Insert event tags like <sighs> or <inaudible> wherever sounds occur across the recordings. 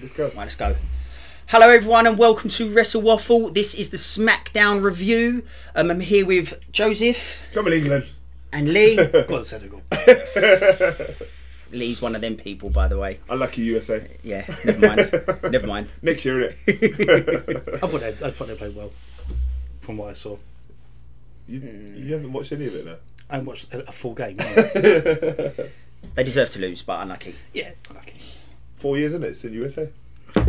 Let's go. Right, let's go. Hello, everyone, and welcome to Wrestle Waffle. This is the SmackDown review. Um, I'm here with Joseph Come on, England. and <laughs> Lee. Got <laughs> Senegal. Lee's one of them people, by the way. Unlucky USA. Yeah, never <laughs> mind. never mind. Next year, innit? I thought they, I thought they played well, from what I saw. you, you haven't watched any of it now. I haven't watched a, a full game. no. <laughs> They deserve to lose, but unlucky. yeah, lucky. Four years, isn't it? It's in USA.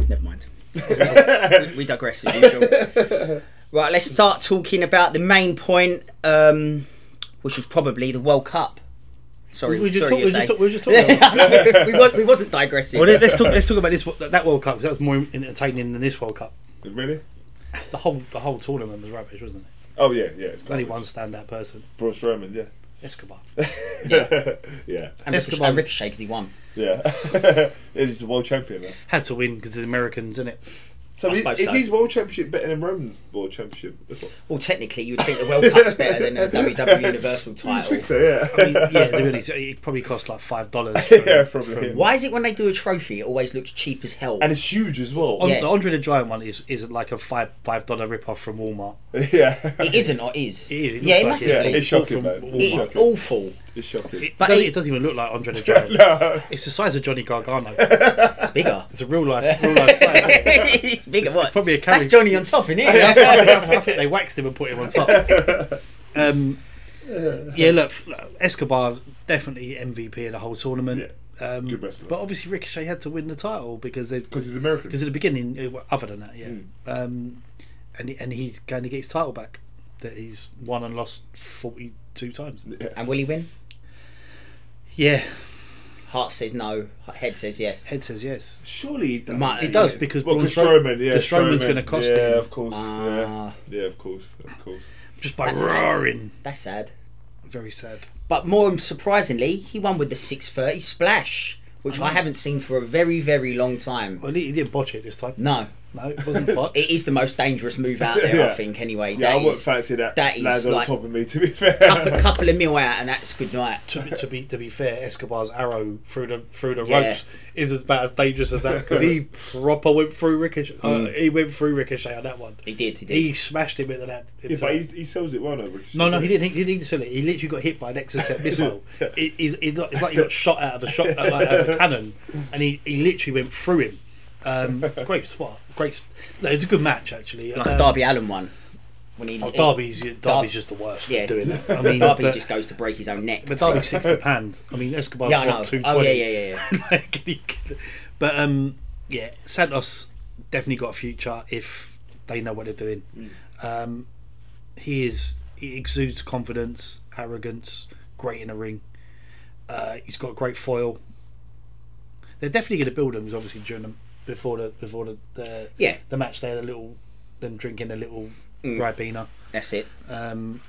Never mind. we, we digress as <laughs> usual. Right, let's start talking about the main point, um, which was probably the World Cup. Sorry, We just sorry, talked- USA. we just talked- we just talked <laughs> about we, wa- we wasn't digressing. Well, let- let's talk. Let's talk about this that World Cup because that's more entertaining than this World Cup. Really? The whole the whole tournament was rubbish, wasn't it? Oh, yeah, yeah. It's Only garbage. one standout person, Braun Strowman, yeah. Escobar. Yeah. <laughs> yeah. and Ricochet, Escobar's- and Ricochet because he won. Yeah. <laughs> He's the world champion, man. Had to win because the Americans in it. So I is, suppose is so. his world championship better than Roman's world championship? That's what- Well, technically, you would think the World Cup's better than a WWE Universal I title. think so, yeah. I mean, yeah, they really. It probably cost like five dollars. <laughs> Yeah, probably. Why is it when they do a trophy, it always looks cheap as hell? and it's huge as well. On, Yeah. The Andre the Giant one is is like a five five dollar rip off from Walmart. <laughs> Yeah. it isn't or is? It is, it yeah, looks it like it. yeah, massively. it's shocking, From man. Walmart. It's awful. It's shocking. It, But doesn't, it- it doesn't even look like <laughs> Andre the Giant. No. It's the size of Johnny Gargano. <laughs> It's bigger. It's a real life, real life size. <laughs> it's bigger. What? probably a That's carry. Johnny on top, isn't I, it? think, I think- I think they waxed him and put him on top. <laughs> Um, yeah, look, f- look, Escobar definitely MVP of the whole tournament. Um, Good wrestler. but obviously Ricochet had to win the title because they Because he's American. Hmm. because at the beginning, uh, well, other than that, yeah, um, and he- and he's going to get his title back that he's won and lost forty two times. And will he win? Yeah, Heart says no. Head says yes. Ed says yes. Surely he does. Might- He does Yeah. because Well, Braun because Strow- Strowman, yeah. because Strowman's going to cost yeah, him of course. Ah. yeah. yeah, of course. Of course. just by That's sad. roaring. That's sad. Very sad. But more surprisingly, he won with the 630 splash, which I haven't seen for a very, very long time. Well, he, he didn't botch it this time. No, No, it wasn't <laughs> botched. it is the most dangerous move out there, I Yeah. think. Anyway, Yeah, I that wouldn't is- fancy that. that is lads like- on top of me, to be fair. <laughs> couple, couple of mil out, and that's good night. to be, to be to be fair, Escobar's arrow through the through the Yeah. ropes is about as dangerous as that <laughs> because he proper went through ricochet. Uh, he went through ricochet on that one. Mm. He did. He did. He smashed him into that. yeah, Into but he, he sells it well, though. Ricochet. no, no, he didn't. He didn't need to sell it. He literally got hit by an Exocet <laughs> missile. It, it, it, got- it's like he got shot out of a shot uh, out of a cannon, and he, he literally went through him. <laughs> Um, great spot. Great. Sp- no, it's a good match actually. like Um, a Darby Allen one. When he, oh, Darby's Darby's Dar- just the worst. Yeah. Yeah, <laughs> doing that. <laughs> I mean, Darby but, just goes to break his own neck. but Darby's <laughs> sixty pounds. I mean, Escobar's yeah, I what know. two twenty. Oh yeah, yeah, yeah. yeah. <laughs> Like, he could- but um, yeah, Santos definitely got a future if they know what they're doing. Um, he is he exudes confidence, arrogance, great in the ring. Uh, he's got great foil. They're definitely going to build him. 'cause Obviously, during the before the before the the, Yeah. the match, they had a little them drinking a little Ribena. That's it. Um,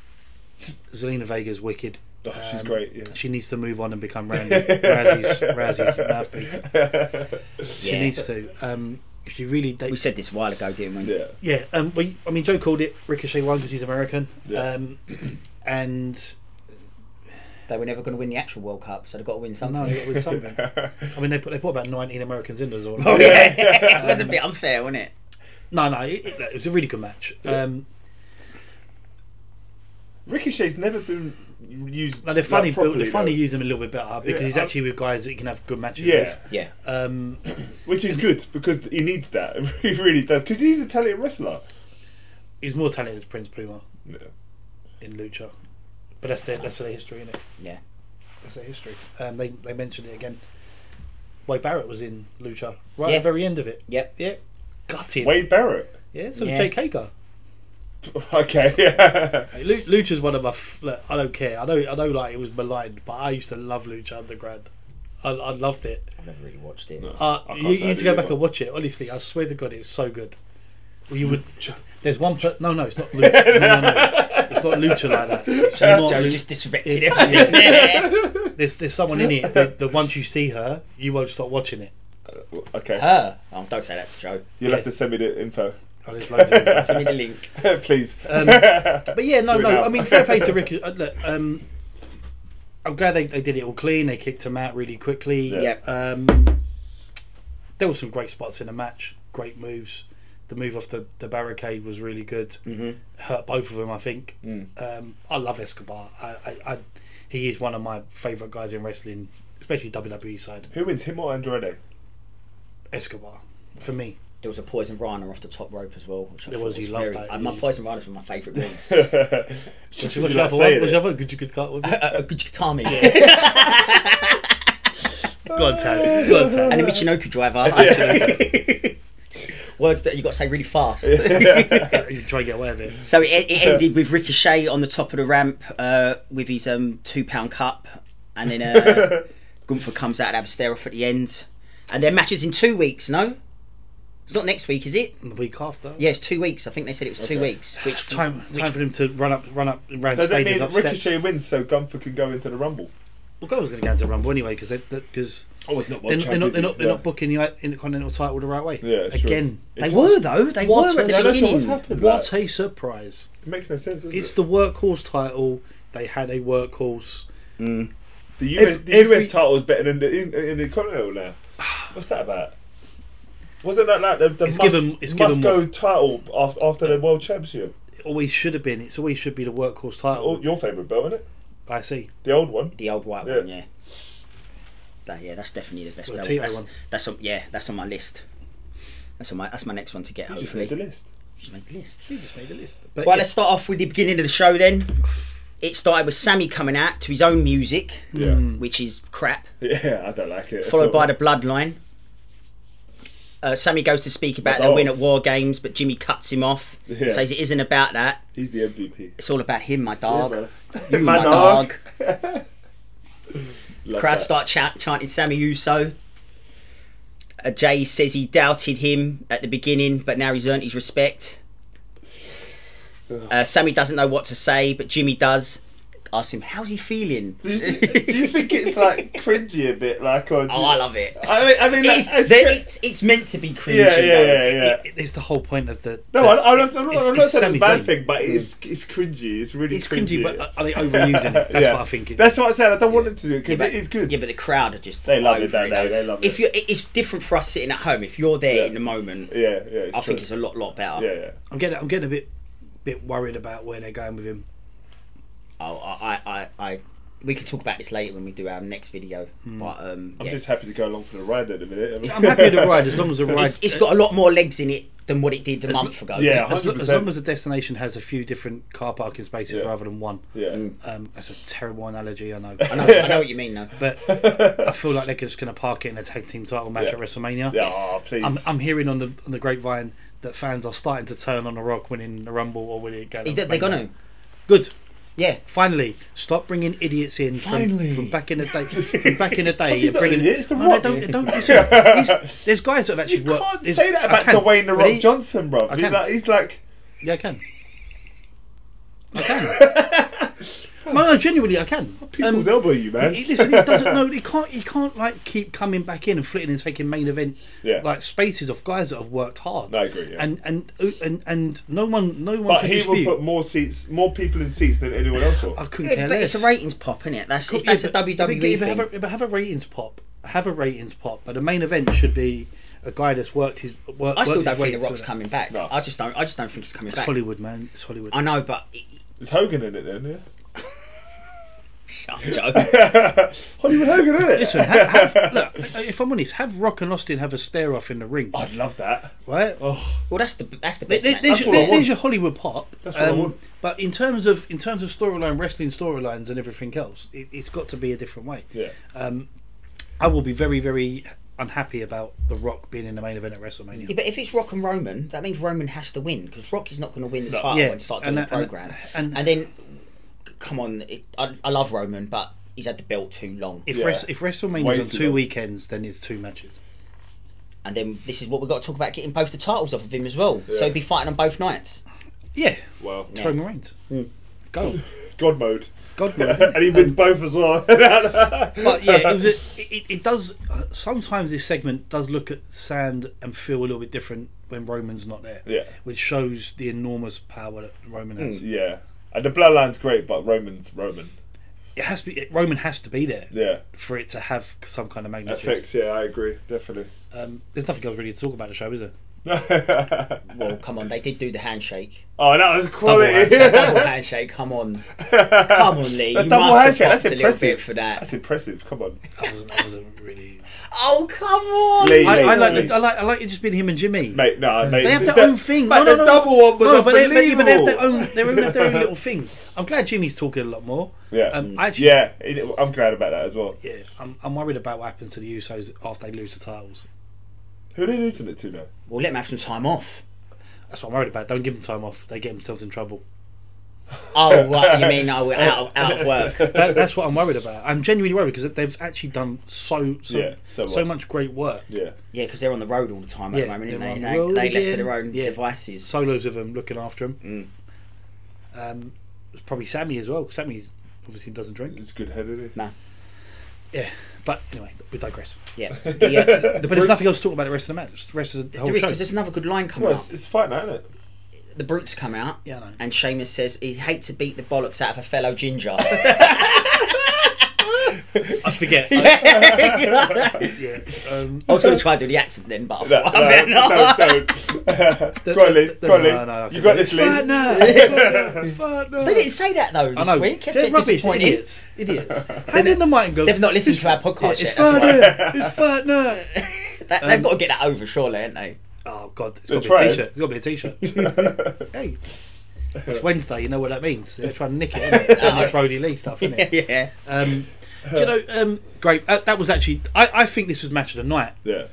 Zelina Vega's wicked. Oh, she's Um, great, yeah. She needs to move on <laughs> and become Randy Razzie's, Razzie's mouthpiece. She Yeah. needs to. Um, she really. They, We said this a while ago, didn't we? Yeah. yeah. Um, we, I mean, Joe called it Ricochet one because he's American. Yeah. Um, and They were never going to win the actual World Cup, so they've got to win something. no, it was <laughs> something. I mean, they put they put about nineteen Americans in as well. Oh, <laughs> yeah. it was a bit unfair, wasn't it? No, no, it, it, it was a really good match. Um, Ricochet's never been used. now they're funny. like, properly, they're funny. though. Use him a little bit better because Yeah, he's I- actually with guys that you can have good matches Yeah, Yeah. with. Um, which is good because he needs that. <laughs> he really does because he's a talented wrestler. he's more talented as Prince Puma Yeah. in lucha, but that's their that's their history in it. Yeah. That's their history. Um, they they mentioned it again. Wade Barrett was in lucha right Yeah. at the very end of it. Yep. Yeah, gutted. Wade Barrett. <laughs> Yeah, so Yeah. was Jake Hager. Okay, <laughs> yeah. Hey, Lu- Lucha's one of my. F- look, I don't care. I know. I know. Like it was maligned, but I used to love Lucha Underground. I, I loved it. I've never really watched it. Uh, I can't you, you say I need to do go back either. and watch it. Honestly, I swear to God, it was so good. Well, Hmm. you would. Lucha. There's one. Per- no, no, <laughs> it's not. Lucha. no, no, no. It's not Lucha like that. It's <laughs> not Joe Lu- just disrespected Yeah. <laughs> everything there. there's there's someone in it that, that once you see her, you won't stop watching it. Okay, Her. Oh, don't say that to Joe. you'll have to send me the info, Oh, there's loads of it. Send me the link. <laughs> please. But yeah, no, Do it no. now. I mean, fair play to Rick. uh, Look, um, I'm glad they, they did it all clean. They kicked him out really quickly. Yeah. Yep. Um, there were some great spots in the match, great moves. The move off the, the barricade was really good. Mm-hmm. Hurt both of them, I think. Mm. Um, I love Escobar. I, I, I, he is one of my favourite guys in wrestling, especially WWE side. <laughs> Who wins, him or <laughs> Andrade? Escobar, for me. There was a poison rhino off the top rope as well. Which I There thought was, you loved very- that. uh, my poison rhinos were my favourite <laughs> Uh, moves. Should What's you your like other one? saying What's it? your other good you could cut? <laughs> was it? a good guitar move. and God's hands. God's hands. a Michinoku driver. <laughs> actually. <laughs> Words that you got to say really fast. <laughs> you try and get away with it. <laughs> So it, it ended with Ricochet on the top of the ramp uh, with his um, two pound cup, and <laughs> then uh, Gunther comes out and have a stare off at the end. And their match is in two weeks. No, it's not next week, is it? The week after. Yeah, it's two weeks. I think they said it was two weeks. Which <sighs> Time, time for him to run up, run up, and round Does that stadium mean up Ricochet steps. wins so Gunther can go into the Rumble? Well, Gold's going to go into the Rumble anyway because because Oh, it's not they're, they're not they're not they're not booking the uh, Intercontinental title the right way. Yeah, it's true. again, they were though. They What? were at the No, that's beginning. what's happened. what like. a surprise! It makes no sense. does It's it? the workhorse title. They had a workhorse. the US, if- the US every- title's better than the in, in the Continental now. What's that about? Wasn't that like the, the It's must, given- it's must given go title after after Uh, the World Championship? It always should have been. It's always should be the workhorse Oh, title. your favourite belt, isn't it? I see. The old one. The old white Yeah. one, yeah. That, yeah, that's definitely the best. Well, belt. Tito That's, one. that's on, yeah, that's on my list. That's on my that's my next one to get. You just hopefully, made the list. Just made the list. You just made a list. But Right, yeah, let's start off with the beginning of the show then. It started with Sammy coming out to his own music, Yeah, which is crap, yeah, I don't like it. at Hmm. followed all. by the Bloodline. Uh, Sammy goes to speak about My their win at dogs. War Games, but Jimmy cuts him off. Yeah. Says it isn't about that. he's the MVP. It's all about him, my dog. Yeah, You, bruv. my, dog. <laughs> Love Crowd that. start chant- chanting Sammy Uso. Uh, Jay says he doubted him at the beginning, but now he's earned his respect. Uh, Sammy doesn't know what to say, but Jimmy does. Asks him, "How's he feeling?" Do you, do you think it's like cringy a bit? Like, <laughs> or do Oh, you- I love <laughs> it. I mean, I mean, like, It's, it's, there- it's, it's meant to be cringy. yeah, yeah, though. yeah, yeah. it- it's the whole point of the. No, the- I, I'm not, I'm not, it's- I'm not saying it's it's a Sami bad Zayn. thing, but it's it's cringy. It's really It's cringy, cringy but are- are they <laughs> overusing it? That's Yeah. what I think. It, That's what I said. I don't want them to do it Yeah, because but- it is good. Yeah, but the crowd are just They love it, over don't they? though. They love if it. you, it's different for us sitting at home. If you're there Yeah. in the moment, yeah, yeah. It's I true. think it's a lot, lot better. yeah, yeah. I'm getting I'm getting a bit bit worried about where they're going with him. Oh, I, I, I, I, we can talk about this later when we do our next video. But um, I'm yeah. just happy to go along for the ride at the minute. I mean- I'm happy with <laughs> the ride as long as the ride. it's, it's got a lot more legs in it than what it did a month ago. yeah. as, lo- as 100%. long as the destination has a few different car parking spaces Yeah. rather than one. yeah. Um, that's a terrible analogy, I know. <laughs> <laughs> I know, I know what you mean though. But I feel like they're just going to park it in a tag team title match Yeah. at WrestleMania. Yeah, aw, please. I'm, I'm hearing on the on the grapevine that fans are starting to turn on the Rock winning the Rumble or winning it. going They- to They're gonna, Good. yeah. Finally, stop bringing idiots in from, Finally. from back in the <laughs> day. From back in the day, He's you're not bringing Oh, an idiot, it's The no, they Rock. don't, <laughs> they don't listen. These- There's guys that have actually You worked. can't there's- say that I about can, Dwayne the but Rock he- Johnson, bro. I He's can. like, he's like, Yeah, I can. I can. <laughs> no, no, genuinely, I can. people's Um, elbow, you man. he, listen, he doesn't know. He can't. He can't like keep coming back in and flitting and taking main event Yeah. like spaces of guys that have worked hard. No, I agree, yeah. And and and and no one, no one. but can he will dispute. put more seats, more people in seats than anyone else will. I couldn't Yeah, care but less. it's a ratings pop, isn't it? That's it's, Yeah, that's a but- but WWE if you thing. Have a, if you have a ratings pop. Have a ratings pop, but the main event should be a guy that's worked his. Work, I still worked his don't way think the to Rock's it. coming back. No. I just don't. I just don't think he's coming It's back. Hollywood, man. It's Hollywood. I know, but <laughs> Is Hogan in it then? Yeah. shut up, Joe. <laughs> Hollywood Hogan, isn't it? Listen, <laughs> have, have, look. If I'm honest, have Rock and Austin have a stare off in the ring, I'd love that. right? oh. well, that's the that's the There- best. there- match. There's, what I there- want. there's your Hollywood pop. um, That's what I want. But in terms of in terms of storyline, wrestling storylines, and everything else, it, it's got to be a different way. Yeah. uh, I will be very very unhappy about The Rock being in the main event at WrestleMania. Yeah, but if it's Rock and Roman, that means Roman has to win because Rock is not going to win the title Yeah, and start doing and- the program. And, and- then, come on, it, I, I love Roman, but he's had the belt too long. If, Yeah. Wres- if WrestleMania's Way on too two long. weekends, then it's two matches. and then this is what we've got to talk about: getting both the titles off of him as well. So he'd be fighting on both nights. Yeah, Wow. it's Roman Reigns. Hmm. Go, God mode. <laughs> God. and he wins both as well. <laughs> but yeah, it, was a, it, it does. uh, Sometimes this segment does look at sand and feel a little bit different when Roman's not there. Yeah. Mm. which shows the enormous power that Roman has. yeah. And the bloodline's great, but Roman's Roman. it has to be Roman has to be there Yeah. for it to have some kind of magnitude. FX, yeah, I agree, <laughs> definitely. Um, there's nothing else really to talk about the show, is there? Well, Oh, come on, they did do the handshake. oh, that was Double, quality. handshake, double handshake, <laughs> come on. Come on, Lee. A you double must handshake, have popped <laughs> that's a little bit impressive. for that. That's impressive. Come on. I wasn't, I wasn't really. Oh, come on. Lee, I, Lee, I like Lee. the, I like I like it just being him and Jimmy. Mate, no, mate. They have the- their own thing. Mate, No, no, the no. double one was no, but they, unbelievable. but even have their own. They even have their <laughs> own little thing. I'm glad Jimmy's talking a lot more. Yeah, Mm. Um, I actually, yeah. it- I'm glad about that as well. yeah, I'm, I'm worried about what happens to the Usos after they lose the titles. Who are they losing it to now? Well, let them have some time off. That's what I'm worried about. Don't give them time off. They get themselves in <laughs> trouble. Oh, right, you mean oh, we're out, of, out of work. That, that's what I'm worried about. I'm genuinely worried because they've actually done so so, Yeah, so so, what? much great work. Yeah, Yeah, because they're on the road all the time at Yeah, the moment, they're aren't on they? the They, road they left to again. their own Yeah. devices. Solos of them looking after them. Mm. Um, it's probably Sammy as well. Sammy's obviously doesn't drink. it's good head, isn't it? No. Yeah, but anyway, <laughs> we digress. <laughs> Yeah. The, uh, But there's nothing else to talk about the rest of the match. The rest of the whole there is, show. because there's another good line coming Well, up. it's, it's fight night, isn't it? The brutes come out, Yeah, I know. and Seamus says he'd hate to beat the bollocks out of a fellow <laughs> ginger. <laughs> I forget. I yeah. Um, was going to try and do the accent then, but I No, thought, I better no, not. don't. <laughs> go on, Lee. the- Go on, Lee. no, no, no, you got this, it's Lee. <laughs> fat now. It's fat now. They didn't say that though I this know. week. It's a They're bit rubbish. disappointing. <laughs> Idiots. Idiots. Hand in the mic and go. They've not listened to our podcast It's yet. fat That's why. now. <laughs> It's fat now. Um, That, they've got to get that over, surely, ain't they? <laughs> Oh God, it's got to They're be trying. a t-shirt. It's got to be a <laughs> t-shirt. hey, it's Wednesday. You know what that means? They're trying to nick <laughs> it. Isn't it? It's like Brody Lee stuff, isn't it? yeah. Um, do you know? Um, great. Uh, that was actually. I, I think this was match of the night. <laughs> <laughs> yeah,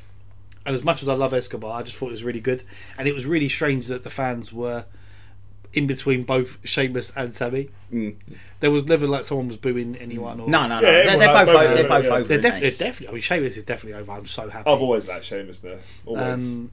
and as much as I love Escobar, I just thought it was really good, and it was really strange that the fans were in between both Sheamus and Sammy. There was never like someone was booing anyone. Or Mm. No, no, no. Yeah, they're, everyone they're like both, both over, they're of them, both yeah. over. They're aren't they? definitely, definitely. I mean, Sheamus is definitely over. I'm so happy. I've always liked Seamus there. Always. um,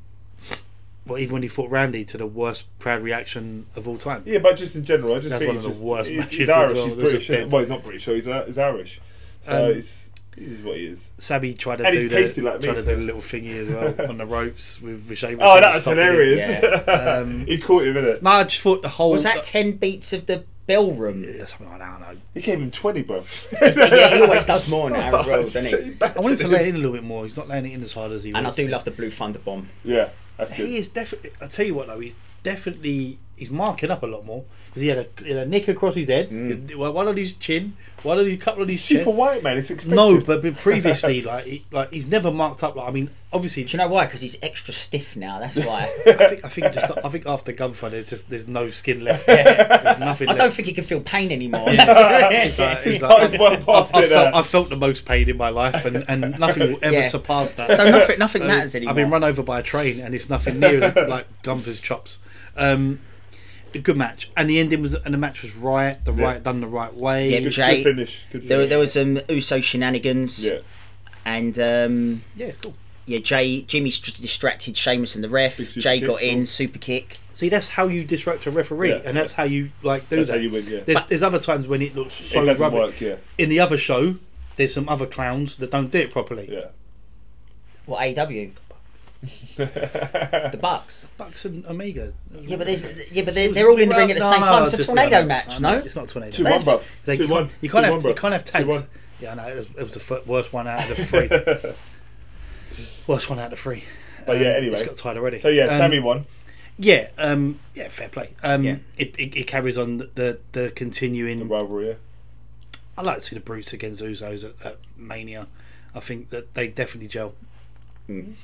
well, even when he fought Randy to the worst crowd reaction of all time. yeah, but just in general, I just That's think one he's of the just, worst he's, matches he's as Irish. well. He's It was British. just isn't he? dead. Well, he's not British. He's, uh, he's Irish. So Um, it's, it is what he is. Sammy tried to And do he's the pasty like me, tried to so- do the little thingy as <laughs> well on the ropes with, with Sheamus. Oh, He that was stopped it. hilarious. <laughs> Um, he caught him in it. No, I just thought the whole Was that 10 beats of the bell <laughs> room? Yeah, something like that. I don't know. He gave him 20, bro. <laughs> yeah, he always does more now as well, <laughs> doesn't he? I want him to let it in a little bit more. He's not laying it in as hard as he. And I was. do love the blue thunder bomb. Yeah, that's good. He is definitely. I tell you what, though, he's definitely he's marking up a lot more because he had a, he had a nick across his head, one on his chin, one on his couple on his Mm. Super chest. white man. It's expected. No, but, but <laughs> previously, like, he, like he's never marked up. Like, I mean, obviously, Do you know why? Because he's extra stiff now, that's why. <laughs> I think I think just I think after gunfire, there's just there's no skin <laughs> left. There's nothing. I left. don't think he can feel pain anymore. <laughs> It's like- <laughs> it's That was like- well past I it. uh, felt, I felt the most pain in my life, and, and nothing will ever Yeah. surpass that. so nothing, nothing Um, matters anymore. I've been run over by a train, and it's nothing near <laughs> like Gunther's chops. Um, a good match, and the ending was, and the match was right. The right done the right way. Yeah. good, Jay- good finish. Good finish. There, there was some Uso shenanigans, yeah, and um, Yeah, cool. yeah, Jay Jimmy st- distracted Seamus and the ref. Big super Jay kick, got in, cool. super kick. See, that's how you disrupt a referee, Yeah, and that's how you like do that's that. how you win. Yeah, there's, there's other times when it looks so it doesn't rubbish. work. Yeah, In the other show, there's some other clowns that don't do it properly. yeah. What AW? the Bucks. Bucks and Omega. Yeah, but there's, yeah, but they're, they're all in the ring at the No, same no, time. It's a just- tornado no, no, match, no, no? It's not a tornado. Two They one, have to- bro. They, Two you, one. can't, you can't Two have one, you bruv. can't have Two tags. one. Yeah, I know it was, it was the fir- worst one out <laughs> of the three. worst one out of three. But yeah, Um, anyway. it's got tied already. So yeah, Um, Sammy won. Yeah, um, yeah, fair play. Um, Yeah. it, it, it carries on the the, the continuing. The rivalry. Yeah. I like to see the Brutes against Usos at, at Mania. I think that they definitely gel. Mm.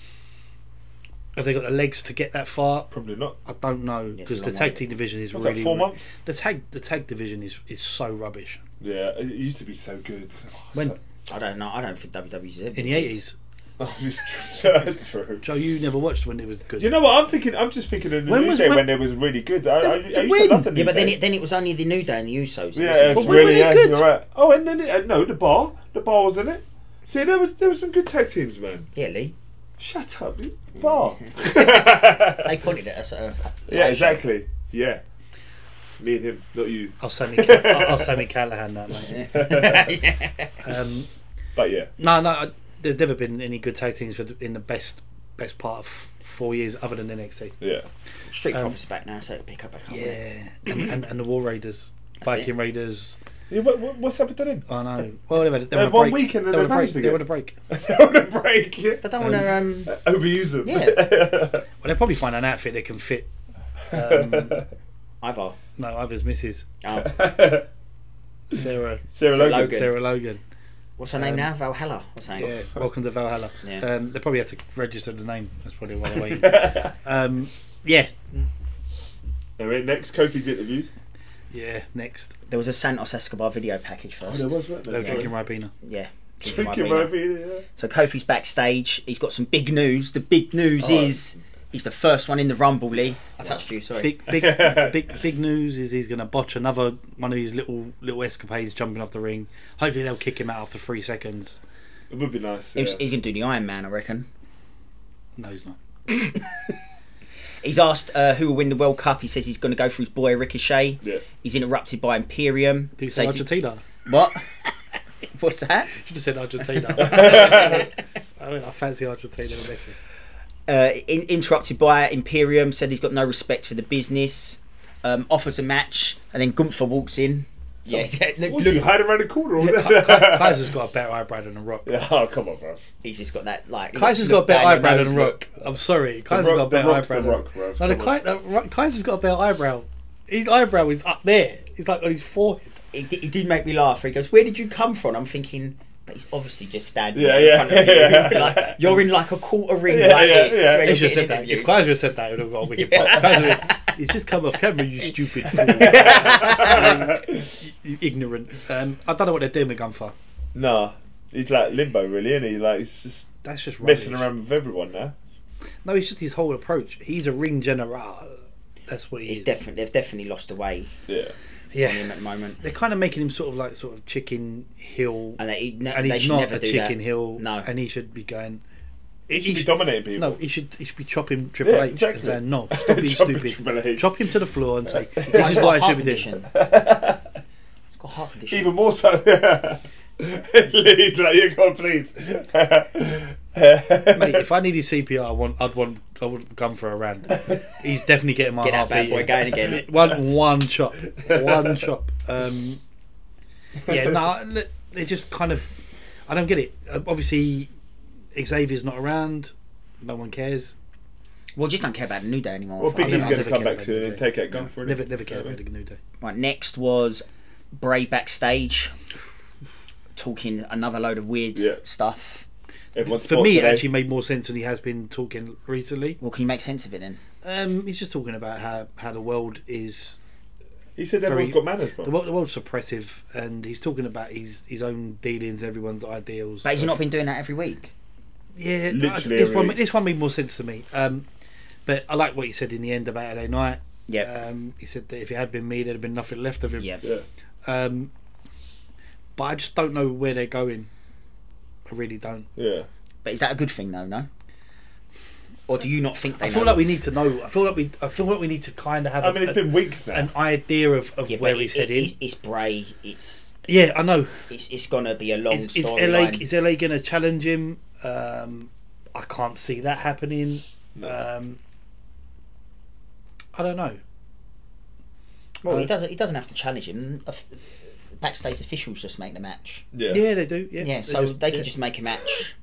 Have they got the legs to get that far? Probably not. I don't know it's because a the long tag way. team division is Was really that four months? the tag the tag division is is so rubbish. Yeah, it used to be so good. Oh, When- so- <laughs> I don't know. I don't think WWE's ever In been the good. eighties, Oh, <laughs> it's true. True. Joe, you never watched when it was good. You know what I'm thinking? I'm just thinking of the When New was- Day when- when it was really good. I, I, I used when? to love the New Yeah, but then Day. it, then it was only the New Day and the Usos. Yeah, wasn't it? it's when were really they yeah, good? You're right. Oh, and then it, uh, no, the bar, the bar was in it. See, there was there were some good tag teams, man. yeah, Lee. Shut up, you <laughs> bar. They pointed at us. At a yeah, exactly. Yeah, me and him, not you. I'll Sammy, Ca- I'll, I'll Sammy Callahan that <laughs> mate. Um, But yeah, no, no, I- there's never been any good tag teams for the, in the best best part of four years other than NXT. yeah, Street Um, Profits are back now, so it'll pick up. I can't wait. and, and, and the War Raiders, Viking it. Raiders, Yeah, what, what, what's happened to them? I know. Well, <laughs> they had, they They had had a one break. week and then they they had a break. vanished They again. had a break. They're on a break. Yeah. I don't want to. Um, uh, Overuse them. Yeah. Well, they'll probably find an outfit that can fit. <laughs> Um, Ivar. no, others misses Oh, Sarah. Sarah Logan. Logan. Sarah Logan. what's her name now? Valhalla or something. Yeah. Welcome to Valhalla. Yeah. Um, they probably have to register the name. That's probably why <laughs> they're waiting. um, yeah. All right, next Kofi's interviewed. Yeah. Next, There was a Santos Escobar video package Oh, first. was, weren't they're drinking Ribena. yeah. Drinking Ribena. Ribena, yeah. So Kofi's backstage. He's got some big news. The big news Oh. is he's the first one in the Rumble, Lee. I touched you, sorry. Big, big, <laughs> big, big news is he's going to botch another one of his little little escapades, jumping off the ring. Hopefully, they'll kick him out after three seconds. It would be nice. He was- yeah. He's going to do the Iron Man, I reckon. No, he's not. He's asked uh, who will win the World Cup. He says he's going to go for his boy Ricochet. Yeah. He's interrupted by Imperium. Did he say Says he- Argentina? What? <laughs> What's that? He just said Argentina. <laughs> <laughs> I mean, I fancy Argentina and Messi. Uh, in- interrupted by Imperium. Said he's got no respect for the business. Um, offers a match, and then Gunther walks in. <laughs> Yeah, What, you look, hide Oh, around the corner all <laughs> Kaiser's got a better eyebrow than a rock. Yeah, oh, come on, bro. he's just got that like. Kaiser's look got a better down your eyebrow nose than a look. rock. I'm sorry. Kaiser's Rock- got a the better Rock's the eyebrow. than- Rock, bruv. No, the Come on. Ki- the Rock- Kaiser's got a better eyebrow. His eyebrow is up there. It's like on his forehead. It, di- it did make me laugh. He goes, "Where did you come from?" I'm thinking, but he's obviously just standing. Yeah, in yeah, front of you. yeah, <laughs> yeah. <laughs> Like, you're in like a quarter <laughs> ring Yeah, like yeah, this. yeah. when He you're He should have said getting that. If interviewed. Kaiser had said that, it would have got a wicked pop. Kaiser, he's just come off camera, you stupid <laughs> fool. You- you ignorant. Um, I don't know what they're doing with Gunther. Nah, he's like limbo, really, isn't he? Like he's just That's just rubbish. messing around with everyone now. No, it's just his whole approach. He's a ring general. That's what he He's is. definitely they've definitely lost the way Yeah, on him Yeah. at the moment. They're kind of making him sort of like sort of chicken hill, And, they, ne- and they he's should not never a do chicken that. hill. No. and he should be going. he should be should- dominating people. No, he should he should be chopping Triple Yeah, H exactly. and <laughs> saying no, stop being Chopping stupid. Triple H. Chop him to the floor <laughs> and say this is what I should be doing. <laughs> He's got heart condition. Even more so. <laughs> Lead like you God, please. <laughs> Mate, if I needed CPR, I want I'd want I would come for a rand. He's definitely getting my Get that heart bad boy beating. going again. <laughs> one one chop, one chop. Um, yeah, no, look, they just kind of. I don't get it. Uh, Obviously, Xavier's not around. No one cares. Well, just don't care about the New Day anymore. well, Fuck Big it. E's I'll going to never come back care about soon it. and take out gun for it. Never, never cared about the New Day. Right, next was Bray backstage talking another load of weird Yeah. stuff. Everyone's For me, it today. actually made more sense than he has been talking recently. Well, can you make sense of it then? Um, he's just talking about how, how the world is he said very- everyone's got manners, bro. the world, the world's suppressive, and he's talking about his his own dealings, everyone's ideals. But he's not been doing that every week. Yeah, Literally I- this every one week. this one made more sense to me. Um, but I like what you said in the end about LA Knight. Yeah. Um, he said that if it had been me, there'd have been nothing left of him. yeah. yeah. Um, but I just don't know where they're going. I really don't. Yeah, But is that a good thing though? No. Or do you not think they I feel know? like we need to know. I feel like we. I feel like we need to kind of have. I a- mean it's a- been weeks now. an idea of, of yeah, where but he's it- it- heading. it's- It's Bray. It's yeah, I know. it's, it's gonna be a long Is, is LA storyline. is LA going to challenge him? Um, I can't see that happening. Um, I don't know. Uh, Well, he doesn't. He doesn't have to challenge him. Of- Backstage officials just make the match. yeah. <laughs> Yeah, they do. Yeah, Yeah, They so they yeah. could just make a match,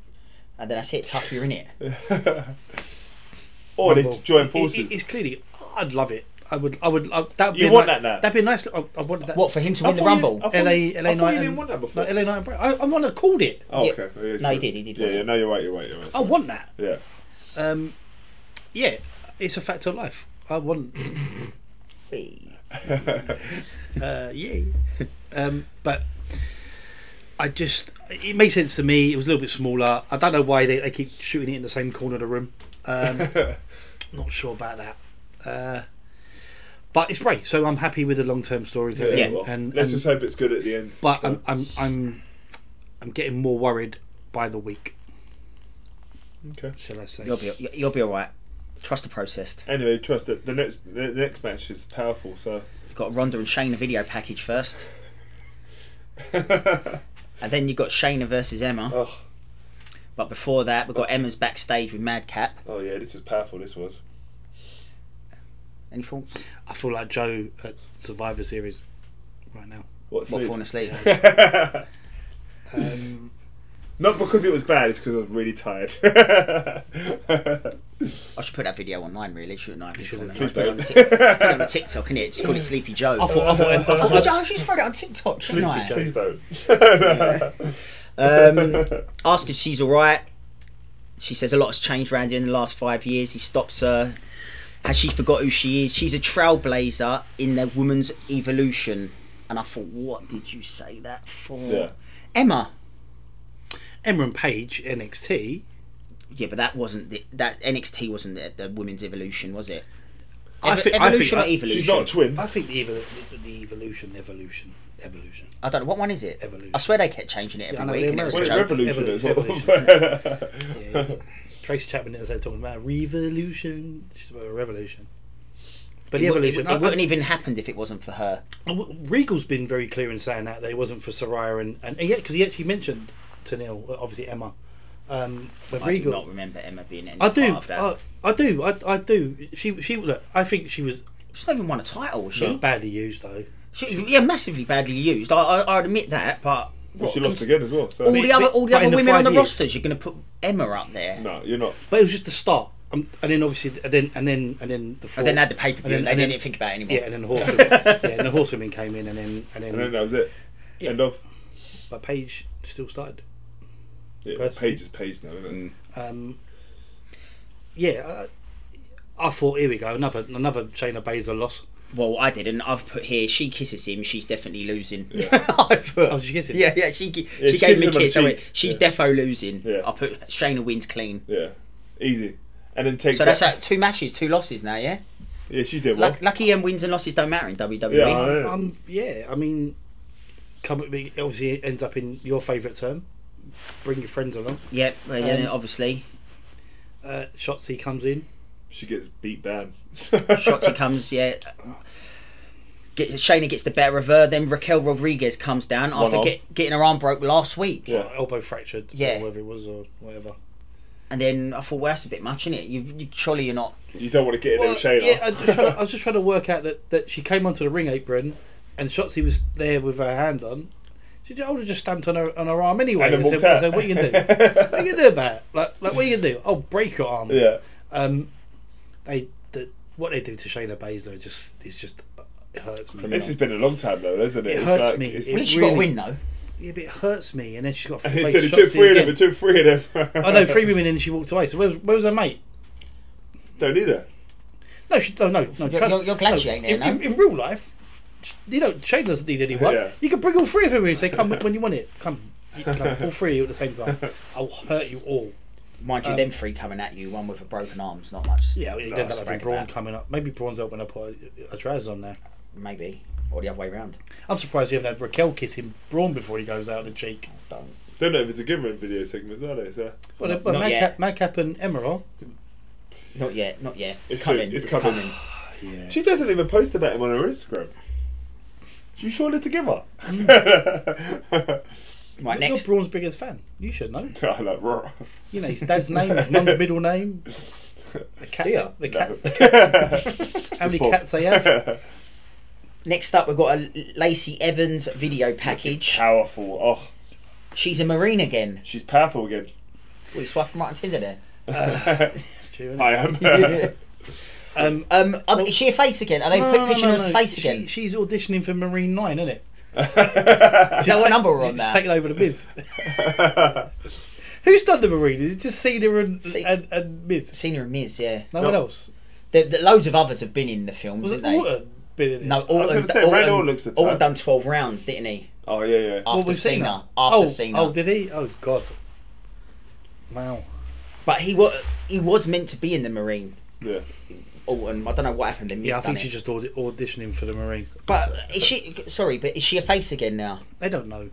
and then that's it. Tough, you're in it. or they Rumble. join It- forces. it- it's clearly. I'd love it. I would. I would. I, that'd be You a want ni- that now? That'd be a nice. I, I want that. What for him to I win the thought you- rumble? I thought LA, LA you- I Knight. thought you and- didn't want that before. No, LA Knight. And Bra- I, I want to call it. oh, Yeah. okay. Yeah, No, he true. did, he did Yeah, want yeah, it. no, you're right. You're right. You're right. I want that. yeah. <laughs> Um, yeah, it's a fact of life. I want. Uh, yeah. Um, but I just it makes sense to me. It was a little bit smaller. I don't know why they, they keep shooting it in the same corner of the room. <laughs> Um, not sure about that. Uh, but it's great, so I'm happy with the long term storytelling. Yeah, Yeah. well, and, let's and- just hope it's good at the end. but um, I'm, I'm I'm I'm getting more worried by the week. Okay. Shall I say? You'll be you'll- you'll be all right. Trust the process. Anyway, trust that the next the next match is powerful. So <laughs> You've got Ronda and Shayna video package first, and then you've got Shayna versus Emma. Oh. But before that, we've got Emma's backstage with Madcap. Oh yeah, this is powerful. This was. Any thoughts? <laughs> I feel like Joe at Survivor Series right now. What What, sleep? falling <laughs> asleep? Um, Not because it was bad, it's because I was really tired. <laughs> I should put that video online, really, shouldn't I? Before should. that. Please Put it on don't. the Tik- put it on the TikTok, innit? Just <laughs> call it Sleepy Joe. I thought, I thought, I Oh, thought, I just- I should throw that on TikTok, shouldn't I? Please <laughs> don't. <laughs> Um, asked if she's all right. She says a lot has changed around here in the last five years. He stops her. Has she forgot who she is? She's a trailblazer in the woman's evolution. And I thought, what did you say that for? yeah. Emma. Emma and Paige NXT. Yeah, but that wasn't the, that NXT wasn't the, the women's evolution, was it? I Ev- think- I evolution think- or evolution? She's not a twin. I think the, evol- the evolution, evolution, evolution. I don't know what one is it. Evolution. I swear they kept changing it every Yeah, I know, week, they're and it was a Well, it's Evolution. joke. revolution is Evolution. what- Yeah. Tracy Chapman is there talking about a revolution. She's about a revolution. But the it, wou- evolution. it, I- I- it wouldn't even happened if it wasn't for her. And Regal's been very clear in saying that that it wasn't for Soraya and, and, and yeah, because he actually mentioned to Neil, obviously Emma. Um, but I do Regal, not remember Emma being any I part do, of that. I, I do, I, I do. She, she, look, I think she was She's not even won a title, was she? not badly used though. She, yeah, massively badly used. I, I, I admit that, but Well, <laughs> she what, lost cons- again as well. So All the other, all the But other in the women on five the years. rosters, you're going to put Emma up there. <laughs> no, you're not. But it was just the start, um, and then obviously, and then and then and then the. And then they had the pay per view, And and then- they and then- didn't think about it anymore. yeah, and then <laughs> the horse, yeah, and the horsewomen came in, and then and then, And then uh, that was it. Yeah. End of. but Paige still started. Yeah, Personally. page is page now, isn't it? Um, yeah, I, I thought here we go another another Shayna Baszler loss. Well, I didn't. I've put here. She kisses him. She's definitely losing. Yeah. <laughs> I put. Oh, she gets it. yeah, yeah, she, gi- Yeah, she she gave kisses me him a on the kiss. I went, cheek. she's Yeah. defo losing. Yeah. I put Shayna wins clean. Yeah. Easy. And then takes So that's that- like two matches, two losses now, yeah? Yeah, she's doing well. Luck Lucky um, wins and losses don't matter in E. WWE. Yeah, I know. Um, yeah, I mean, come at me. Obviously, it ends up in your favourite term. Bring your friends along. yeah, well, yeah, Um, obviously. Uh, Shotzi comes in. She gets beat down. <laughs> <laughs> Shotzi comes, yeah. Get, Shayna gets the better of her. Then Raquel Rodriguez comes down One after arm. get, getting her arm broke last week. Yeah. Well, elbow fractured. Yeah. or whatever it was, or whatever. And then I thought, well, that's a bit much, isn't it? You, you surely you're not. You don't want to get in there Well, with Shayna. yeah, I, just <laughs> trying to, I was just trying to work out that, that she came onto the ring apron, and Shotzi was there with her hand on. She just, I would have just stamped on her on her arm anyway. And then said, walked out. said, what you gonna do? <laughs> what you gonna do about it? Like, like what you gonna do? Oh, break your arm. yeah. Um, they the, what they do to Shayna Baszler just is just it hurts me. This has been a long time though, hasn't it? It It's hurts like- me. It's, At It- least you got a really- win, though. Yeah, but it hurts me. And then she got. he face said he shots took three of again. them. He took three of them. <laughs> I know three women, and she walked away. So where was, where was her mate? <laughs> Don't either. No, she. oh, No, no, no. You're- you're- you're glad she ain't there, in, no? in, in real life, sh- you know, Shane doesn't need anyone. Yeah. You can bring all three of them in and say, "Come when you want it. Come, You- come all three of you at the same time. I'll hurt you all." Mind you, Um, them three coming at you, one with a broken arm's not much. Yeah, you not don't much have to brag Braun about. coming up. Maybe Braun's up when I put a, a trousers on there. Maybe. Or the other way round. I'm surprised you haven't had Raquel kiss him Braun before he goes out on the cheek. Don't. Don't know if it's a given video segments, are they? So Well, Not- but not Madcap, yet. Madcap and Emerald. Not yet, not yet. It's, It's soon, coming. it's It's, coming. coming. <sighs> Yeah. she doesn't even post about him on her Instagram. She surely to give her. Mm. <laughs> Right, You're next. Braun's biggest fan. You should know. I like raw. You know his dad's name, his mum's middle name. The cat. Yeah. The <laughs> cats. <laughs> The cat, How how many cats <laughs> they have? Next up, we've got a Lacey Evans video package. Powerful. Oh, She's a Marine again. she's powerful again. We swiped right on Tinder there. Uh. <laughs> I am. <laughs> Um, Um, are- is she a face again? Are they no, pic- no, no, picturing her no, as a face she- again? she's auditioning for Marine Nine, isn't it? Is that what number we're on She's now? taking over the Miz. <laughs> Who's done the Marine? It's just Cena and Ce- and, and Miz. Cena and Miz, yeah. No, No. one else. The, the, loads of others have been in the films, Was it didn't they? Orton? Been in it? No, Orton, gonna say, Randy Orton looks the Orton type. done 12 rounds, didn't he? <laughs> oh yeah, yeah. After was Cena. After Oh, Cena. oh, did he? Oh God. Wow. But he was, he was meant to be in the Marine. yeah. Orton, I don't know what happened. They Yeah, I missed think it. she's just audi- auditioning for the Marine. But is she? Sorry, but is she a face again now? They don't know.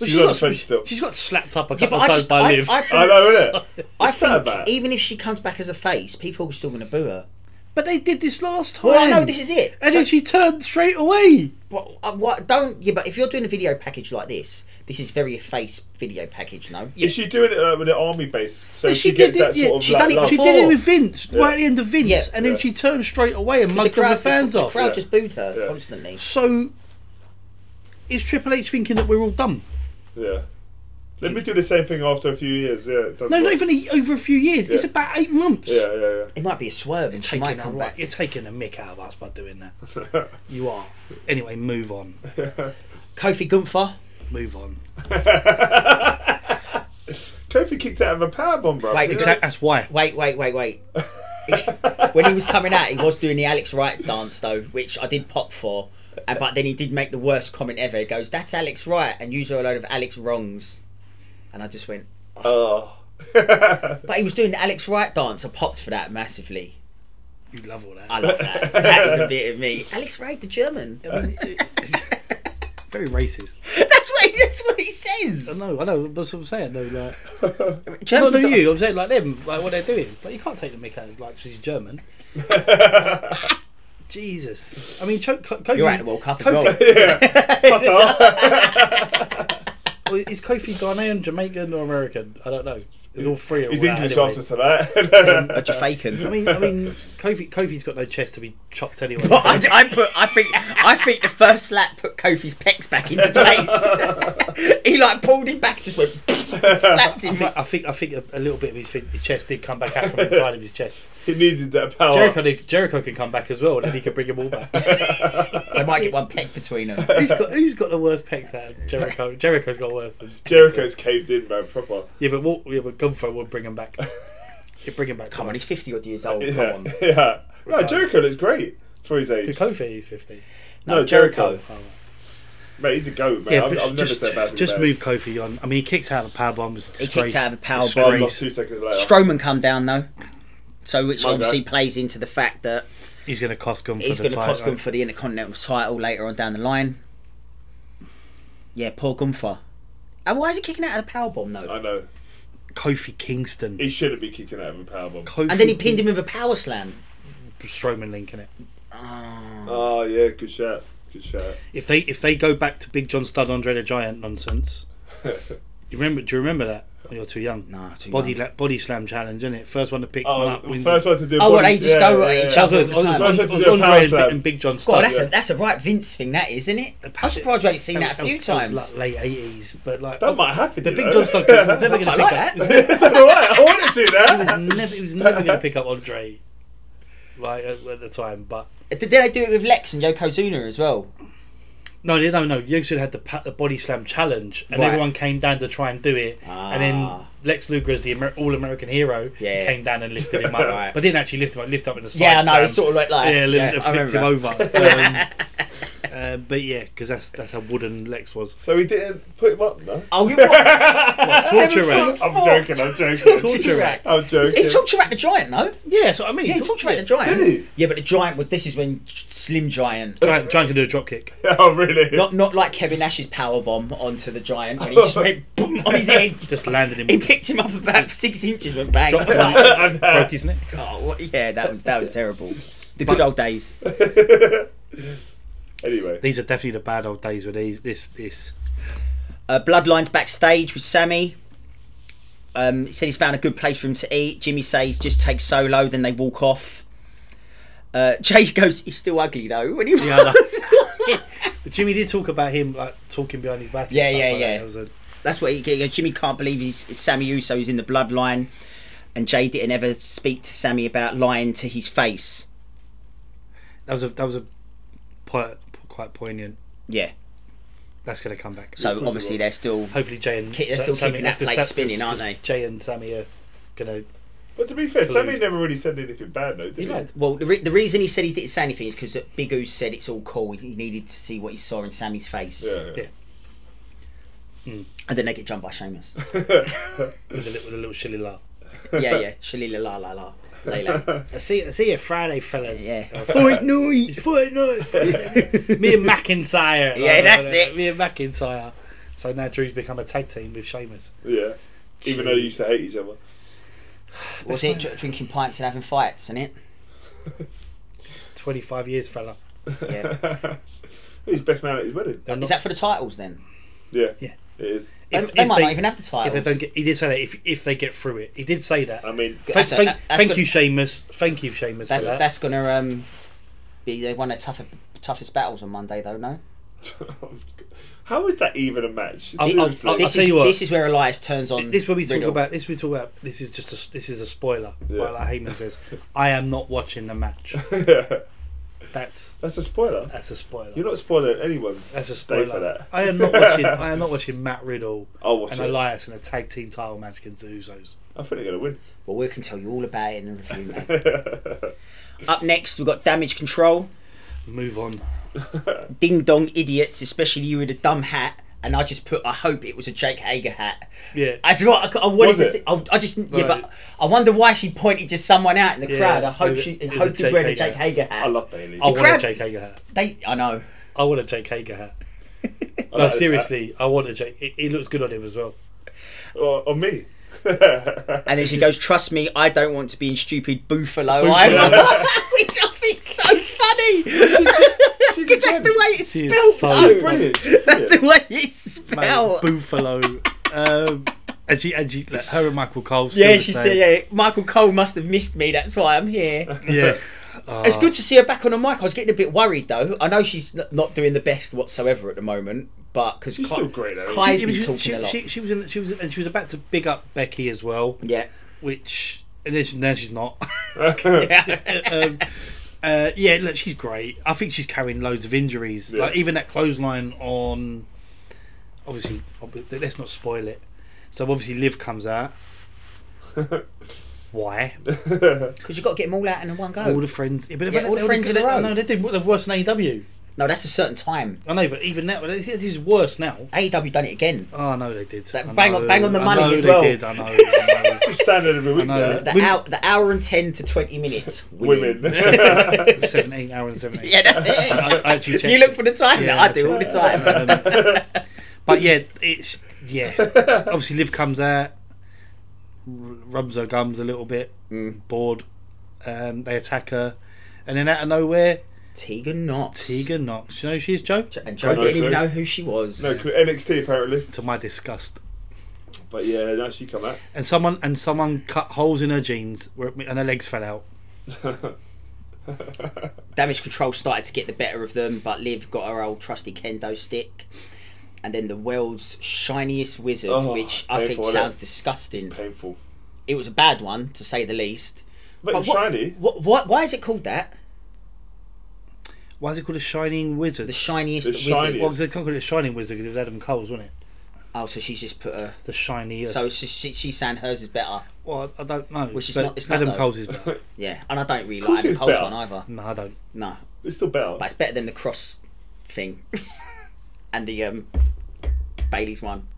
She's on the fence still. She's got slapped up a Yeah, couple but of I times just, by I, Liv. I I think, know, <laughs> innit? I What's that think about? even if she comes back as a face, people are still going to boo her. but they did this last time. Well, I know this is it. And So- then she turned straight away. What, uh, what? Don't. Yeah, but if you're doing a video package like this, this is very a face video package, no? Is she doing it uh, with an army base? So But she, she gets did that it, yeah, sort of she like, done it- love. She Before. did it with Vince, Yeah. right at the end of Vince, Yeah. and then Yeah. she turned straight away and mugged them the fans the, off. crowd Yeah. just booed her Yeah. constantly. So is Triple H thinking that we're all dumb? Yeah. Let me do the same thing after a few years. Yeah, it doesn't No, not work. even a, over a few years. It's Yeah. about eight months. Yeah, yeah, It might be a swerve and she Taking might a come right- back. You're taking a mick out of us by doing that. <laughs> You are. Anyway, move on. Kofi Gunther. Move <laughs> on. yeah. Kofi kicked out of a powerbomb, bro. Wait, You know? Exact. That's why. Wait, wait, wait, <laughs> wait. when he was coming out, he was doing the Alex Wright dance though, which I did pop for. And, but then he did make the worst comment ever. He goes, "That's Alex Wright," and you are a load of Alex wrongs. And I just went, Oh. <laughs> <laughs> but he was doing the Alex Wright dance. I popped for that massively. You love all that. I love <laughs> that. that is a bit of me. Alex Wright, the German. <laughs> I mean, it- <laughs> very racist. That's what he, that's what he I says. know. I know. That's what I'm saying. No, <laughs> like, no, Germans no, are- you. I'm saying like them. Like what they're doing. Like you can't take the mick out of, like she's German. Jesus. I mean, Cho- Ko- Kofi. You're at the World Cup as Kofi- well. yeah. Ta-ta. <laughs> Well, is Kofi Ghanaian, Jamaican, or American? I don't know. It's all three. <laughs> are He's all out English anyway. after tonight. <laughs> A Jamaican. I mean, I mean, Kofi. Kofi's got no chest to be chopped anyway. <laughs> so- I, I put. I think. I think the first slap put Kofi's pecs back into place. <laughs> he like pulled him back, just went <laughs> slapped him. I think I think a, a little bit of his, fin- his chest did come back <laughs> out from inside of his chest. <laughs> he needed that power. <laughs> Jericho did- Jericho can come back as well, and then he can bring them all back. <laughs> They might get one peck between them. who's got who's got the worst pecs out? Of Jericho. Jericho's got worse than Jericho's caved in, man, proper. Yeah, but Walt, yeah, but Gunther would bring <laughs> him back. You bring him back. Come on, he's fifty odd years old. Come <laughs> Yeah. on. yeah. No, Ricardo. Jericho looks great for his To age. Kofi, he's fifty. No, Jericho. Mate, he's a goat, man. Yeah, I've, but I've never just, said bad things just about move Kofi on. I mean, he kicked out of power bombs. He kicked out of the power him. I bomb. lost two seconds later. Strowman come down though, so which My obviously bad. plays into the fact that He's going to cost Gunther. he's the going to cost title. Gunther the Intercontinental title later on down the line. Yeah, poor Gunther. And why is he kicking out of the powerbomb though? I know. Kofi Kingston. He shouldn't be kicking out of a powerbomb. Kofi and then he pinned him with a power slam. Strowman linking it. Oh, yeah, good shot. Good shot. <laughs> If they if they go back to Big John Stud Andre the Giant nonsense, you remember? Do you remember that? Oh, you're too young. Nah, too body young. la- body slam challenge, isn't it? First one to pick one Oh, up wins. first it. one oh, to do a Oh, well, body- they just go at each That other. was, First was, one was, to was, do a power Andre and, slam. and Big John Stud. God, that's yeah. a that's a right Vince thing. That is, isn't it? I'm surprised we ain't seen that a few was- times. was like late eighties, but like oh, That might happen. The you Big know? John <laughs> Stud kid was never going I to like pick that. up. it's all right. I wanted to He now. was never, he was never going to pick up Andre, like at, at the time. But Did they do it with Lex and Yokozuna as well? no, no, no. Yusuf had the pa- the body slam challenge, and Right. everyone came down to try and do it. And then Ah. Lex Luger, as the Amer- all American hero, Yeah. came down and lifted him up, <laughs> Right. but didn't actually lift him up. Lift up in the side. Yeah, I know. slam. It's sort of like like um, yeah, a little I flipped him <laughs> remember. over. Um, <laughs> uh, but yeah, because that's that's how wooden Lex was. So he didn't put him up, no? Oh, you what? Torture rack. I'm joking, I'm joking. Torture rack. I'm joking. He talked about the giant, no? Yeah, so I mean, Yeah, he Tor- talked about the giant. Did he? Yeah, but the giant was. This is when Slim Giant, Giant, Giant can do a drop kick. <laughs> oh, really? <laughs> not not like Kevin Nash's power bomb onto the giant, when he just went <laughs> boom on his <laughs> head. Just landed him. Oh, He picked him up about six inches, went bang. dropped him. on- broke his neck. <laughs> Oh, what- yeah, that was that was terrible. The good old days. <laughs> anyway. These are definitely the bad old days with these. This this. Uh, Bloodlines backstage with Sammy. Um, he said he's found a good place for him to eat. Jimmy says just take solo, then they walk off. Uh, <laughs> Jay goes, he's still ugly though. When he Yeah, I know. But Jimmy did talk about him like talking behind his back. and Yeah, stuff yeah, like yeah. That. That was a- <laughs> That's what he, he goes, Jimmy can't believe he's it's Sammy Uso is in the bloodline, and Jay didn't ever speak to Sammy about lying to his face. that was a that was a quite quite poignant. Yeah, That's going to come back. so course it obviously will. they're still. hopefully Jay and Ki- they're still Sammy- keeping that because plate Sam- spinning, because- aren't they? because Jay and Sammy are going to. But to be fair, Absolutely. Sammy never really said anything bad, though, did he? He lied. Well, the, re- the reason he said he didn't say anything is because Big Ooze said it's all cool. He he needed to see what he saw in Sammy's face, Yeah. Yeah. and then they get jumped by Sheamus. With a, little- with a little shilly laugh. yeah, yeah, shalila la la la, <laughs> Layla. I see, I see you Friday, fellas. <laughs> Yeah. Fight night, fight <laughs> night. Me and McIntyre. Yeah, that's it. Me and McIntyre. So now Drew's become a tag team with Sheamus. <laughs> yeah. Even though they used to hate each other. Was it dr- drinking pints and having fights, and it? 25 years, fella. Yeah. <laughs> He's best man at his wedding. They're Is not- that for the titles then? Yeah. Yeah. It is. They, if- they if might they- not even have the if titles. they don't get, he did say that if, if they get through it, he did say that. I mean, Thank, That's a- thank, that's thank good- you, Seamus. Thank you, Seamus. That's for that. that's gonna um, be the- one of the tougher, toughest battles on Monday, though. No, <laughs> How is that even a match? I'll- I'll- Seriously. I'll- this, tell is, you what. this is where Elias turns on. This is what we talk Riddle. about. This we talk about. This is just a. This is a spoiler. Yeah. But like Heyman says, I am not watching <laughs> the match. That's That's a spoiler. that's a spoiler. You're not spoiling anyone's that's a day spoiler. for that. I am <laughs> not watching. I am not watching Matt Riddle I'll watch and it. Elias in a tag team title match against the Usos. I think they're gonna win. <laughs> Well, we can tell you all about it in the review, mate. Up next, we've got Damage Control. Move on. Ding dong idiots, especially you with a dumb hat. And I just put. I hope it was a Jake Hager hat. Yeah. I what I, I Was wanted to. it? See, I, I just yeah, Right. but I wonder why she pointed to someone out in the Yeah, crowd. I hope it- she. I it was a hope she's Jake wearing a Hager Jake hat. Hager hat. I love Bailey. I The I want a crowd- Jake Hager hat. They. I know. I want a Jake <laughs> Hager hat. like No, this seriously, I want a Jake. It, it looks good on him as well. hat. <laughs> Or, or me. <laughs> And then she goes, "Trust me, I don't want to be in stupid Buffalo." Buffalo. either." <laughs> Which I think's so funny she's <laughs> because that's again. the way it's She is spelled. so though. She's Oh, brilliant. She's <laughs> That's the brilliant. way it's Mate, spelled. Buffalo. um, and she, and she, like, her and Michael Cole. Still Yeah, the she same. said, yeah, Michael Cole must have missed me, that's why I'm <laughs> here. Yeah. Oh. It's good to see her back on the mic. I was getting a bit worried, though. I know she's n- not doing the best whatsoever at the moment, but because She's still great though. Kai's She- been she- talking she, a lot. She, she was in, she was, and she was about to big up Becky as well, yeah. which and then, she, now she's not. <laughs> yeah. <laughs> um, uh, yeah, look, she's great. I think she's carrying loads of injuries. Yeah. Like even that clothesline on, obviously, ob- let's not spoil it. So obviously, Liv comes out. <laughs> Why? <laughs> Because you've got to get them all out in one go. All the friends, yeah, but Oh. Yeah, they- all the they- friends in a row. No, they did. They're worse than AEW. no, that's a certain time. E I know, but even now, this is worse now. AEW done it again. Oh no, they did. That I bang on- know, bang on the I money know as they well. Did, I know. I <laughs> know. She's standing every week I know. now. The, Women- hour, the hour and 10 to 20 <laughs> minutes. Women. <laughs> seventeen hour and seventeen. yeah, that's it. I- <laughs> I actually <laughs> checked you look for the time. Yeah, now. I do all the checked time. <laughs> Um, but yeah, it's yeah. Obviously, Liv comes out, r- rubs her gums a little bit, Mm. bored. Um, they attack her, and then out of nowhere, Tegan Knox. Tegan eh? Knox. You know who she is Joe. And Joe know didn't too. even know who she was. No, NXT apparently. To my disgust, But yeah, now she come out. and someone and someone cut holes in her jeans where, and her legs fell out. damage control started to get the better of them, but Liv got her old trusty kendo stick. And then the world's shiniest wizard, Oh, which I painful, think isn't it? sounds disgusting. It's painful. It was a bad one, to say the least. But, it's what, shiny. What, what, why is it called that? Why is it called a shining wizard? The shiniest The wizard. shiniest. well, they can't call it a shining wizard because it was Adam Cole's, wasn't it? Oh, so she's just put a. The shiniest. So she, she, she's saying hers is better. well, I don't know. Which is but not- it's not Adam though. Cole's is <laughs> better. Yeah, and I don't really course like Adam it's Cole's better. one either. no, I don't. No, It's still better. but it's better than the cross thing, <laughs> and the um, Bailey's one.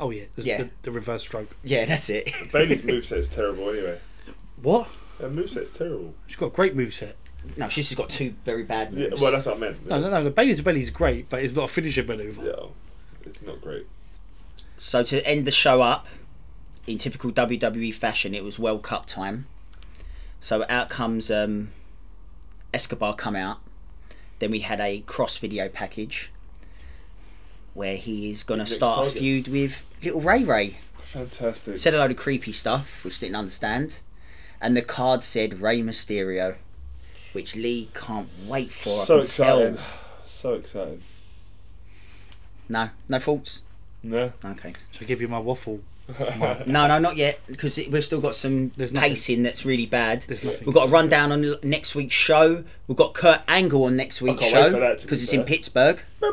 Oh yeah, the, Yeah. the, the reverse stroke. Yeah, that's it. Bailey's moveset's terrible anyway. What? Her moveset's terrible. She's got a great moveset. <laughs> no, she's just got two very bad Yeah, moves. well, that's what I meant. No, no, no. The belly to belly is great, but it's not a finisher maneuver. Yeah, it's not great. So to end the show up, in typical WWE fashion, it was World Cup time. So out comes um, Escobar come out. Then we had a cross video package where he is going to Next start a target. feud with Little Ray Ray. Fantastic. Said a load of creepy stuff, which didn't understand. And the card said Ray Mysterio, which Lee can't wait for. I so can tell. exciting. So exciting. No, no faults. <laughs> No. Uh, Okay. Should I give you my waffle? No, no, not yet, because we've still got some There's nothing. pacing that's really bad. There's nothing. We've got a rundown on l- next week's show. We've got Kurt Angle on next week's can't wait for show that to be because it's in fair. Pittsburgh. Uh,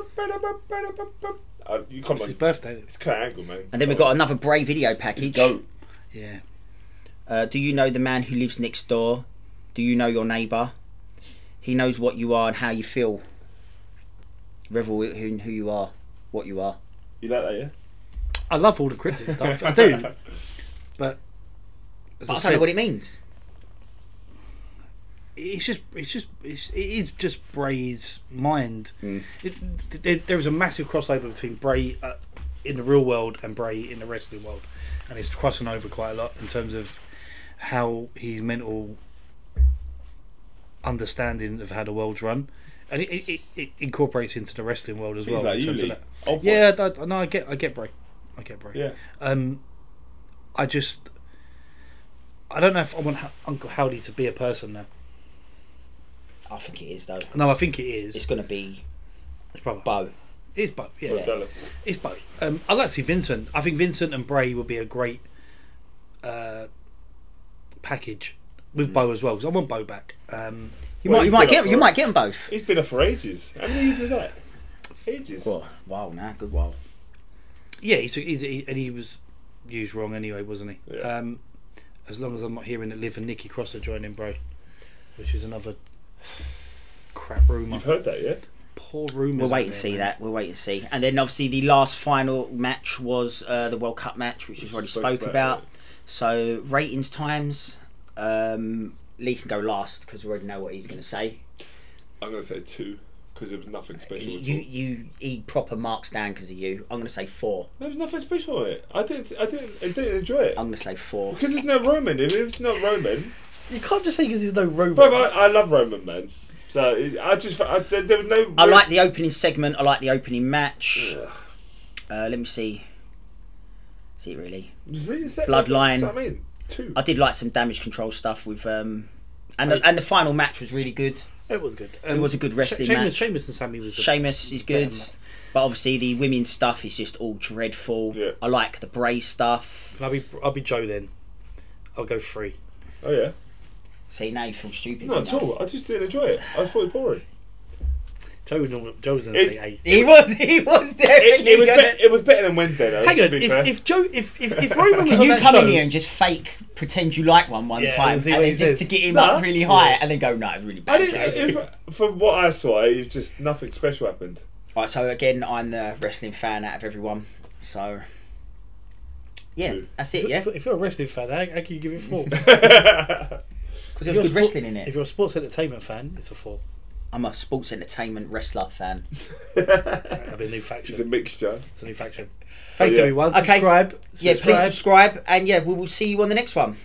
you come It's on. his birthday. It's Kurt Angle, man. And then we've got another Bray video package. Go. Yeah. Uh, do you know the man who lives next door? Do you know your neighbour? He knows what you are and how you feel. Revel in who you are, what you are. You like that, yeah? I love all the cryptic stuff. <laughs> <laughs> I do. But But I as I don't know said, what it means. it's just, it's just, it's, it is just Bray's mind. Mm. It, there, there is a massive crossover between Bray uh, in the real world and Bray in the wrestling world, and it's crossing over quite a lot in terms of how his mental understanding of how the world's run, and it, it, it, it incorporates into the wrestling world as He's well. like in you, terms of Lee. that. Old boy. Yeah, I, I- no, I get, I get Bray, I get Bray. Yeah. Um, I just, I don't know if I want Ho- Uncle Howdy to be a person now. I think it is though. No, I think it is. It's going to be It's probably Bo. It's both. Yeah, Or Dallas. it's both. Um, I'd like to see Vincent. I think Vincent and Bray would be a great uh, package Mm. with Bo as well because I want Bo back. Um, You Well, might, you he's might been up get, for you it. might get them both. He's been up for ages. How many years is that? Ages. Well, wow, nah, good wow. yeah, he's, he's he, and he was used wrong anyway, wasn't he? Yeah. Um, as long as I'm not hearing that Liv and Nikki Cross are joining Bray, which is another crap rumor. You've heard that, yeah? Poor rumors. We'll out wait and there, see man. that. We'll wait and see. And then obviously the last final match was uh, the World Cup match, which we've already spoke spoke about, about. yeah. So ratings times. Um, Lee can go last because we already know what he's going to say. I'm going to say two because there was nothing special. He, at you, all. you, he proper marks down because of you. I'm going to say four. There was nothing special on it. I didn't, I didn't, I didn't enjoy it. I'm going to say four. because it's not Roman. If it's not Roman, You can't just say because there's no room. Bro, I, I love Roman, man. So it, I just, I, there, there was no. I like the opening segment. I like the opening match. Ugh. Uh, let me see. See it really. You see, it's that- Bloodline. that's what I mean, two. I did like some damage control stuff with um, and the, and the final match was really good. It was good. It was a good wrestling Sheamus, match. Sheamus and Sammy was the Sheamus is good, better match. but obviously the women's stuff is just all dreadful. Yeah. I like the Bray stuff. I'll be I'll be Joe then. I'll go three. oh yeah. See now you feel stupid. Not don't at you? all. I just didn't enjoy it. I thought it was boring. Joe was normal, Joe was gonna It- say eight. He was. He was It, definitely. was gonna... be- it was better than Wednesday though. Hang to on, be if, fair. if Joe if if, if <laughs> Roman was Can on you that come show, in here and just fake pretend you like one one Yeah, and time, and see what then he just says. to get him Nah. up really high, and then go, "No, it's really I bad." didn't. Joe." If, from what I saw, it was just nothing special happened. <laughs> Right, so again, I'm the wrestling fan out of everyone. So, yeah, Two. that's it, yeah? If, if you're a wrestling fan, how, how can you give it <laughs> four? If That's Because you're there's a good sport- wrestling in If it. you're a sports entertainment fan, it's a four. I'm a sports entertainment wrestler fan. That'd be a new <laughs> it's a faction. mixture. It's a new faction. Thanks yeah. everyone. Okay. Subscribe. Yeah, please subscribe. subscribe, and yeah, we will see you on the next one.